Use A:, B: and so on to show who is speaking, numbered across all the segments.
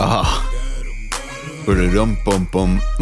A: Ah. Ba-da-dum-bum-bum.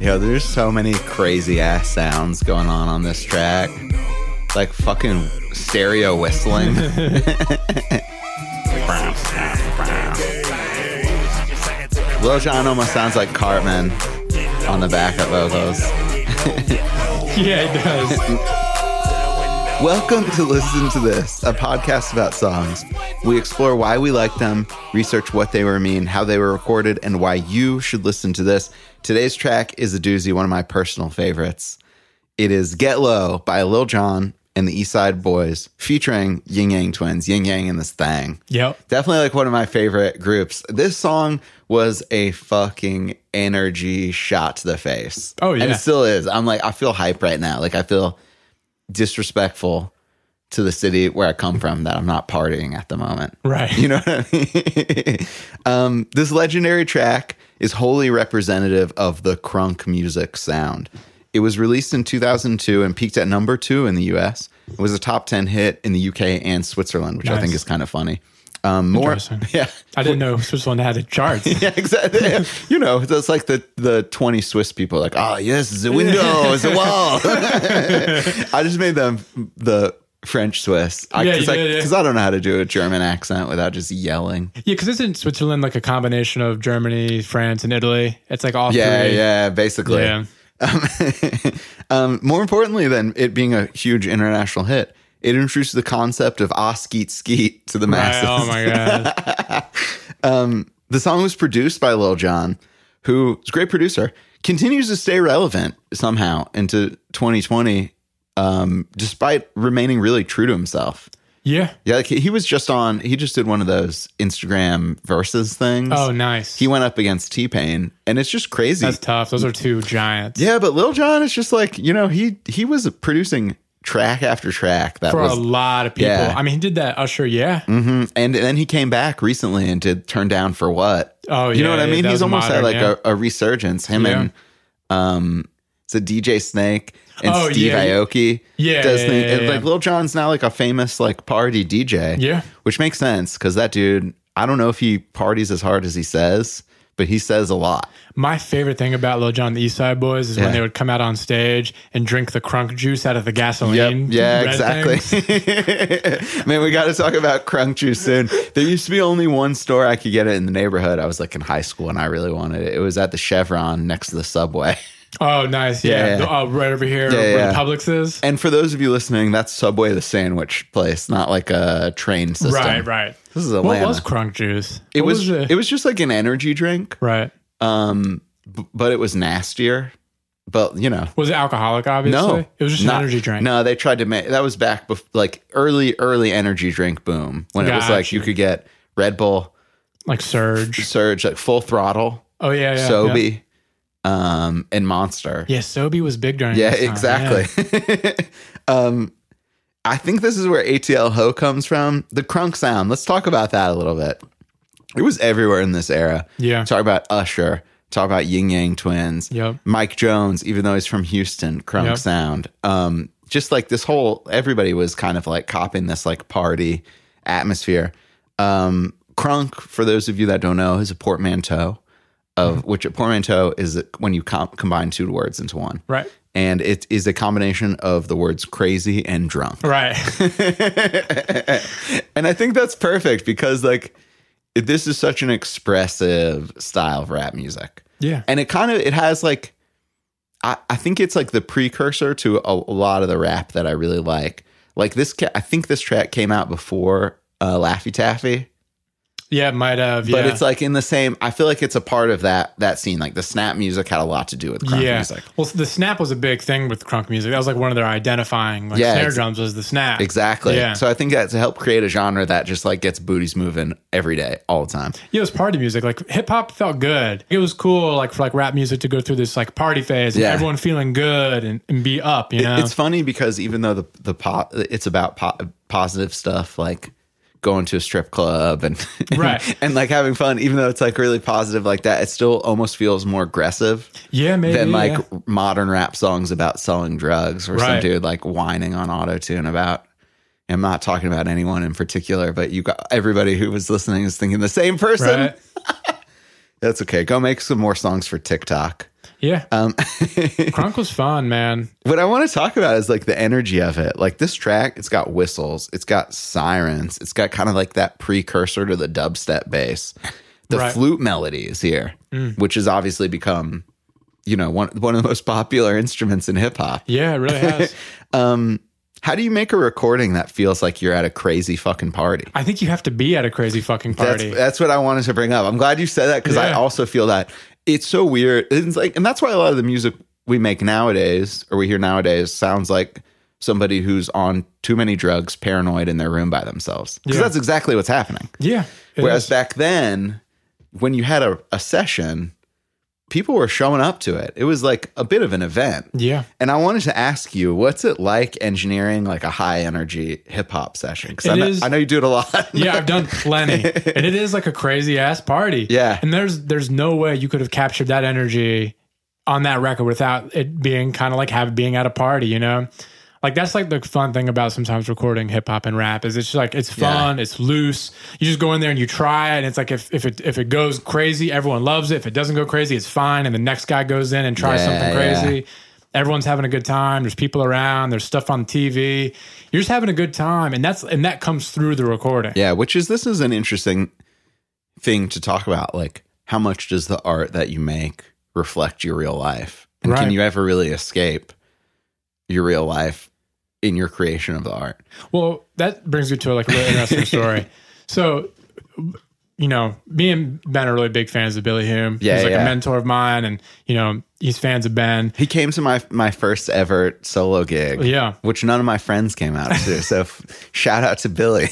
A: Yo, there's so many crazy ass sounds going on on this track. Like fucking stereo whistling. Lil Jon almost sounds like Cartman on the back of vocals.
B: Yeah, it does.
A: Welcome to Listen to This, a podcast about songs. We explore why we like them, research what they were mean, how they were recorded, and why you should listen to this. Today's track is a doozy, one of my personal favorites. It is Get Low by Lil Jon and the East Side Boys, featuring Ying Yang Twins, Ying Yang and this thing.
B: yep.
A: Definitely like one of my favorite groups. This song was a fucking energy shot to the face.
B: Oh,
A: And
B: yeah.
A: it still is. I'm like, I feel hype right now. Like, I feel disrespectful to the city where I come from that I'm not partying at the moment.
B: Right.
A: You know what I mean? um, this legendary track is wholly representative of the crunk music sound. It was released in 2002 and peaked at number two in the US. It was a top 10 hit in the UK and Switzerland, which I
B: Nice.
A: think is kind of funny. Um, more,
B: Interesting.
A: yeah,
B: I didn't know Switzerland had a chart.
A: yeah, exactly. you know, that's like the the twenty Swiss people, like, oh yes, the window, it's the wall. I just made them the French Swiss because
B: Yeah,
A: I,
B: you
A: 'cause I,
B: did, yeah.
A: 'cause I don't know how to do a German accent without just yelling.
B: Yeah, because isn't Switzerland like a combination of Germany, France, and Italy? It's like all
A: Yeah,
B: three.
A: yeah, basically.
B: Yeah.
A: Um, um, more importantly than it being a huge international hit, it introduced the concept of ah skeet skeet to the
B: Right,
A: masses.
B: oh my god.
A: The song was produced by Lil Jon, who is a great producer, continues to stay relevant somehow into 2020, um, despite remaining really true to himself.
B: Yeah.
A: Yeah, like he, he was just on, he just did one of those Instagram versus things.
B: Oh, nice.
A: He went up against T Pain, and it's just crazy.
B: That's tough. Those are two giants.
A: yeah, but Lil Jon is just like, you know, he he was producing track after track that
B: For a
A: was
B: lot of people.
A: Yeah.
B: I mean, he did that Usher, yeah.
A: Mhm. And then he came back recently and did Turn Down for What?
B: Oh,
A: You know
B: yeah,
A: what I
B: yeah,
A: mean?
B: that
A: He's
B: was
A: almost had
B: modern,
A: like
B: yeah.
A: a, a resurgence. Him
B: Yeah.
A: and um, it's a DJ Snake and
B: Oh,
A: Steve
B: yeah.
A: Aoki.
B: Yeah,
A: does
B: yeah,
A: thing-
B: yeah,
A: and,
B: yeah.
A: Like Lil Jon's now like a famous like party DJ.
B: Yeah.
A: which makes sense because that dude. I don't know if he parties as hard as he says, but he says a lot.
B: My favorite thing about Lil Jon and the East Side Boys is
A: Yeah.
B: when they would come out on stage and drink the crunk juice out of the gasoline.
A: Yeah,
B: red
A: exactly.
B: things.
A: Man, we got to talk about crunk juice soon. There used to be only one store I could get it in the neighborhood. I was like in high school and I really wanted it. It was at the Chevron next to the subway.
B: Oh, nice. Yeah.
A: Yeah.
B: The- oh, right over here
A: Yeah,
B: where
A: yeah.
B: the Publix is.
A: And for those of you listening, that's Subway the sandwich place, not like a train system.
B: Right, right.
A: This is
B: What
A: Atlanta.
B: was crunk juice?
A: it
B: What
A: was,
B: the-
A: it was just like an energy drink,
B: right.
A: um, b- but it was nastier. But you know,
B: Was it alcoholic? Obviously,
A: no,
B: it was just
A: not-
B: an energy drink.
A: No, they tried to make that was back bef- like early, early energy drink boom when it was like
B: Gotcha.
A: you could get Red Bull,
B: like Surge.
A: Surge, like full throttle,
B: Oh yeah, yeah. Yeah.
A: Sobe, um, and Monster.
B: Yeah, Sobe was big during.
A: Yeah,
B: this time,
A: exactly.
B: Oh, yeah.
A: um, I think this is where ATL Ho comes from. The crunk sound. Let's talk about that a little bit. It was everywhere in this era.
B: Yeah.
A: Talk about Usher. Talk about Ying Yang Twins.
B: Yep.
A: Mike Jones, even though he's from Houston, crunk
B: Yep.
A: sound. Um, just like this whole everybody was kind of like copying this like party atmosphere. Um, crunk, for those of you that don't know, is a portmanteau of
B: Mm-hmm.
A: which a portmanteau is when you com- combine two words into one
B: Right.
A: and it is a combination of the words crazy and drunk.
B: Right.
A: And I think that's perfect because like this is such an expressive style of rap music.
B: Yeah.
A: And it kind of it has like I, I think it's like the precursor to a, a lot of the rap that I really like. Like this ca- I think this track came out before uh, Laffy Taffy,
B: Yeah, it might have. Yeah.
A: but it's like in the same I feel like it's a part of that that scene like the snap music had a lot to do with crunk
B: yeah.
A: music.
B: Well, the snap was a big thing with crunk music. That was like one of their identifying like
A: Yeah,
B: snare
A: ex-
B: drums was the snap.
A: Exactly.
B: Yeah.
A: So I think that to help create a genre that just like gets booties moving every day, all the time.
B: Yeah, it was party music. Like hip hop felt good. It was cool, like for like rap music to go through this like party phase and
A: Yeah.
B: everyone feeling good and, and be up. You know,
A: It's funny because even though the the pop, it's about po- positive stuff like going to a strip club and
B: Right.
A: and like having fun, even though it's like really positive like that, it still almost feels more aggressive
B: Yeah, maybe.
A: than like
B: yeah.
A: modern rap songs about selling drugs or some
B: Right.
A: dude like whining on auto tune about. I'm not talking about anyone in particular, but you got everybody who was listening is thinking the same person.
B: Right.
A: That's okay. Go make some more songs for TikTok.
B: Yeah.
A: Um,
B: Crunk was fun, man.
A: what I want to talk about is like the energy of it. Like this track, it's got whistles, it's got sirens, it's got kind of like that precursor to the dubstep bass. The
B: Right.
A: flute melody is here, which has obviously become, you know, one one of the most popular instruments in hip hop.
B: Yeah, it really has.
A: Um, how do you make a recording that feels like you're at a crazy fucking party?
B: I think you have to be at a crazy fucking
A: That's
B: party.
A: that's what I wanted to bring up. I'm glad you said that because I
B: Yeah.
A: also feel that it's so weird. It's like, and that's why a lot of the music we make nowadays or we hear nowadays sounds like somebody who's on too many drugs, paranoid in their room by themselves. Because
B: Yeah.
A: that's exactly what's happening.
B: yeah. it
A: Whereas
B: is.
A: back then, when you had a, a session, people were showing up to it. It was like a bit of an event.
B: yeah.
A: And I wanted to ask you, what's it like engineering like a high energy hip hop session? Because I,
B: It
A: know-
B: is-
A: I know you do it a lot.
B: Yeah, I've done plenty. and it is like a crazy ass party.
A: Yeah.
B: And there's there's no way you could have captured that energy on that record without it being kind of like have being at a party, you know? Like that's like the fun thing about sometimes recording hip hop and rap is it's just like it's fun, it's loose. You just go in there and you try it and it's like if, if it if it goes crazy, everyone loves it. If it doesn't go crazy, it's fine. And the next guy goes in and tries
A: Yeah,
B: something
A: yeah.
B: crazy. Everyone's having a good time. There's people around. There's stuff on TV. You're just having a good time, and that's and that comes through the recording.
A: Yeah, which is this is an interesting thing to talk about. Like, how much does the art that you make reflect your real life? And can
B: Right.
A: you ever really escape your real life in your creation of the art?
B: Well, that brings me to like a really interesting story. So, you know, me and Ben are really big fans of Billy Hume.
A: Yeah,
B: he's like
A: yeah.
B: a mentor of mine, and you know, he's fans of Ben.
A: He came to my my first ever solo gig.
B: Yeah.
A: Which none of my friends came out to. So f- shout out to Billy.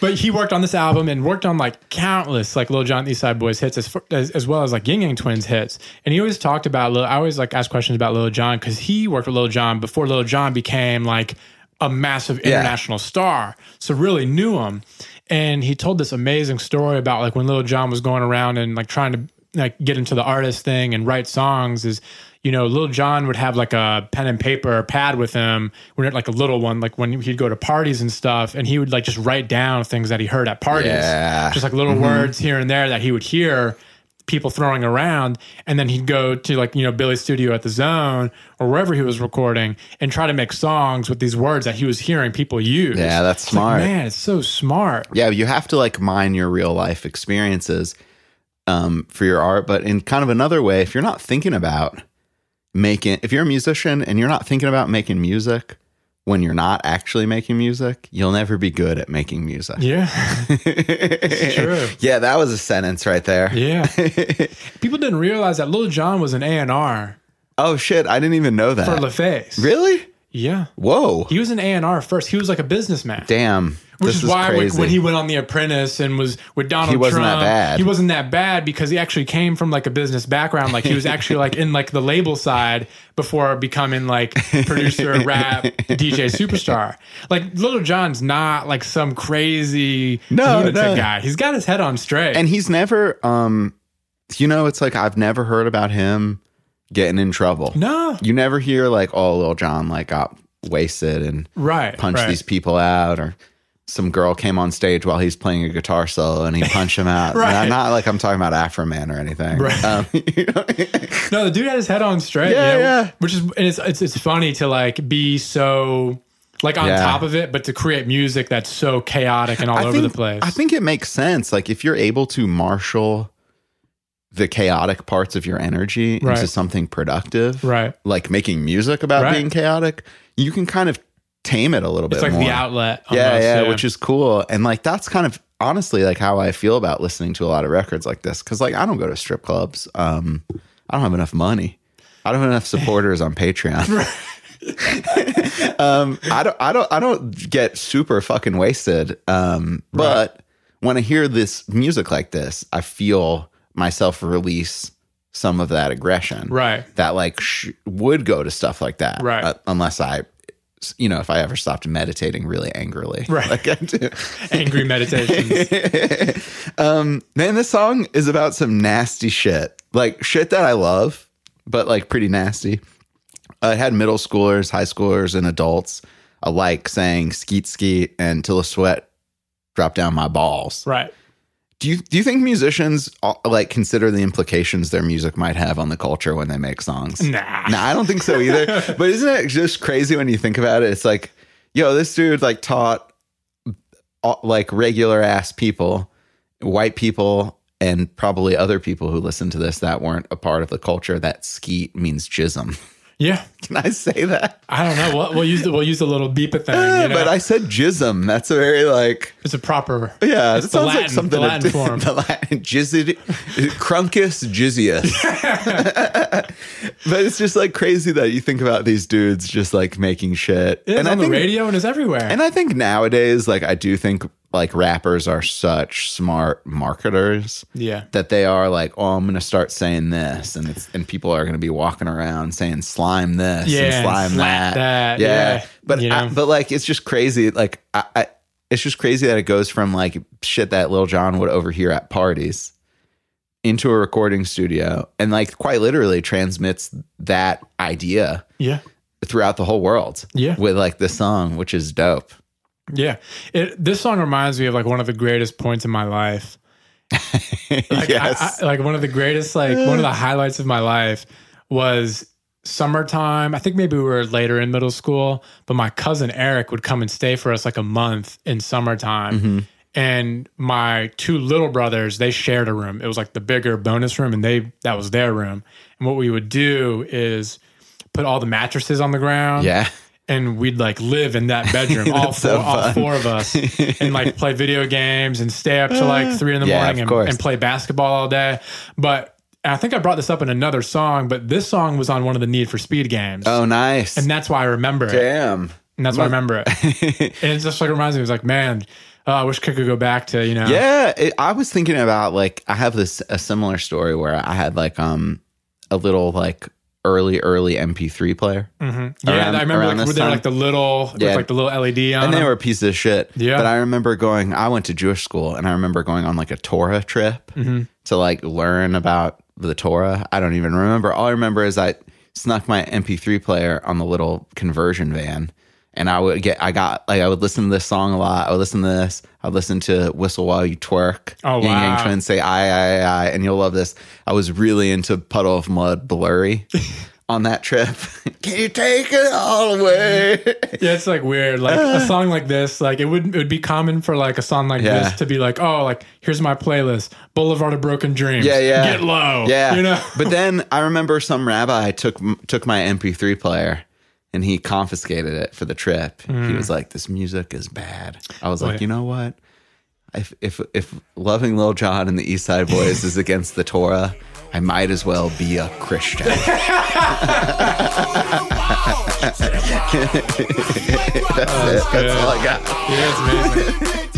B: But he worked on this album and worked on like countless like Lil Jon and the East Side Boys hits as, far- as as well as like Ying Yang Twins hits. And he always talked about Lil, I always like ask questions about Lil Jon because he worked with Lil Jon before Lil Jon became like a massive international star. So really knew him. And he told this amazing story about like when Lil Jon was going around and like trying to like get into the artist thing and write songs is you know Lil Jon would have like a pen and paper pad with him when like a little one like when he'd go to parties and stuff and he would like just write down things that he heard at parties
A: Yeah. Mm-hmm.
B: just like little words here and there that he would hear people throwing around and then he'd go to like you know Billy's studio at the zone or wherever he was recording and try to make songs with these words that he was hearing people use
A: yeah, that's
B: It's like,
A: smart.
B: man it's so smart
A: yeah, you have to like mine your real life experiences um, for your art. But in kind of another way, if you're not thinking about making, if you're a musician and you're not thinking about making music when you're not actually making music, you'll never be good at making music.
B: yeah true.
A: yeah, that was a sentence right there.
B: yeah people didn't realize that Lil Jon was an A&R
A: Oh shit, I didn't even know
B: for
A: that.
B: LaFace
A: really?
B: yeah
A: Whoa.
B: He was an A and R first. He was like a businessman,
A: Damn.
B: which
A: this
B: is why when-
A: crazy.
B: when he went on The Apprentice and was with Donald
A: wasn't that
B: Trump,
A: bad.
B: he wasn't that bad because he actually came from like a business background. Like he was actually like in like the label side before becoming like producer, rap, DJ superstar. Like Little John's not like some crazy
A: No,
B: lunatic
A: no.
B: guy. He's got his head on straight.
A: and he's never, um, you know, it's like I've never heard about him getting in trouble.
B: no,
A: you never hear like oh Lil John like got wasted and
B: right,
A: punched
B: right.
A: these people out or some girl came on stage while he's playing a guitar solo and he punched him out.
B: Right.
A: Not- not like I'm talking about Afro Man or anything.
B: Right.
A: Um, you know?
B: No, the dude had his head on straight.
A: Yeah,
B: you know,
A: yeah.
B: Which is and it's, it's it's funny to like be so like on
A: Yeah.
B: top of it, but to create music that's so chaotic and all
A: I
B: over
A: think,
B: the place.
A: I think it makes sense. Like if you're able to marshal the chaotic parts of your energy into
B: Right.
A: something productive,
B: right.
A: like making music about
B: Right.
A: being chaotic, you can kind of tame it a little
B: It's
A: bit
B: like
A: more.
B: the outlet.
A: yeah,
B: almost,
A: yeah, which is cool. And like that's kind of honestly like how I feel about listening to a lot of records like this because like I don't go to strip clubs. Um, I don't have enough money. I don't have enough supporters on Patreon. um, I don't, I don't, I don't get super fucking wasted. Um, but when I hear this music like this, I feel myself release some of that aggression
B: right.
A: that like sh- would go to stuff like that,
B: Right.
A: uh, unless I you know, if I ever stopped meditating really angrily,
B: Right.
A: Like I do.
B: Angry meditations.
A: um, man, this song is about some nasty shit, like shit that I love, but like pretty nasty. Uh, it had middle schoolers, high schoolers, and adults alike saying "skeet skeet" and "till a sweat drop down my balls."
B: right.
A: Do you do you think musicians uh, like consider the implications their music might have on the culture when they make songs?
B: Nah.
A: No, I don't think so either. but isn't it just crazy when you think about it? It's like, yo, this dude like taught uh, like regular ass people, white people, and probably other people who listen to this that weren't a part of the culture that skeet means jism.
B: Yeah.
A: Can I say that?
B: I don't know. We'll, we'll use the we'll use the little beep it thing. you know?
A: But I said jism. That's a very like.
B: it's a proper.
A: Yeah,
B: It's
A: it
B: the
A: sounds like
B: Latin-
A: something
B: the Latin form.
A: the Latin jizzed, crunkus jizzius. but it's just like crazy that you think about these dudes just like making shit.
B: It's on
A: I
B: the
A: think,
B: radio and it's everywhere.
A: and I think nowadays, like I do think like rappers are such smart marketers
B: yeah.
A: that they are like, oh, I'm gonna start saying this, and it's and people are gonna be walking around saying slime this, and
B: Yeah,
A: slime
B: slap
A: that,
B: that, yeah,
A: But
B: you
A: I-
B: know.
A: but like it's just crazy. Like I, I, it's just crazy that it goes from like shit that Lil Jon would overhear at parties into a recording studio, and like quite literally transmits that idea
B: Yeah.
A: throughout the whole world.
B: Yeah.
A: with like the song, which is dope.
B: Yeah. It, this song reminds me of like one of the greatest points in my life. Like, I-
A: yes.
B: I- like one of the greatest, like one of the highlights of my life was summertime. I think maybe we were later in middle school, but my cousin Eric would come and stay for us like a month in summertime. And my two little brothers, they shared a room. It was like the bigger bonus room, and they that was their room. And what we would do is put all the mattresses on the ground
A: yeah.
B: and we'd like live in that bedroom, all four,
A: That's so
B: all
A: fun.
B: four of us, and like play video games and stay up to like three in the
A: Yeah,
B: morning
A: of
B: and,
A: course.
B: and play basketball all day. But and I think I brought this up in another song, but this song was on one of the Need for Speed games,
A: Oh, nice.
B: and that's why I remember it.
A: Damn.
B: And that's why I remember it. and it just like reminds me, it was like, man, uh, I wish I could go back to you know,
A: Yeah, it, I was thinking about like I have this a similar story where I had like um a little like early early MP3 player,
B: Mhm. yeah.
A: Around-
B: I remember
A: around
B: like
A: this
B: were there
A: time?
B: like the little, with,
A: Yeah.
B: like the little LED on.
A: and they
B: them?
A: were pieces of shit.
B: Yeah.
A: but I remember going. I went to Jewish school, and I remember going on like a Torah trip
B: Mm-hmm.
A: to like learn about the Torah. I don't even remember. All I remember is I snuck my MP3 player on the little conversion van. And I would get, I got, like, I would listen to this song a lot. I would listen to this. I'd listen to Whistle While You Twerk.
B: Oh,
A: Yin Yang
B: wow.
A: Twins say I, I, I, and you'll love this. I was really into Puddle of Mud Blurry on that trip. Can you take it all away?
B: Yeah, it's like weird. Like
A: Uh.
B: a song like this, like it would it would be common for like a song like
A: Yeah.
B: this to be like, oh, like here's my playlist, Boulevard of Broken Dreams.
A: Yeah, yeah.
B: Get low.
A: Yeah.
B: you know.
A: but then I remember some rabbi took took my MP3 player and he confiscated it for the trip. He
B: Mm.
A: was like, "This music is bad." I was like,
B: Wait.
A: "You know what? If if if loving Lil Jon and the East Side Boys is against the Torah, I might as well be a Christian."
B: That's
A: That's all I got.
B: Yeah, it's amazing.
C: That's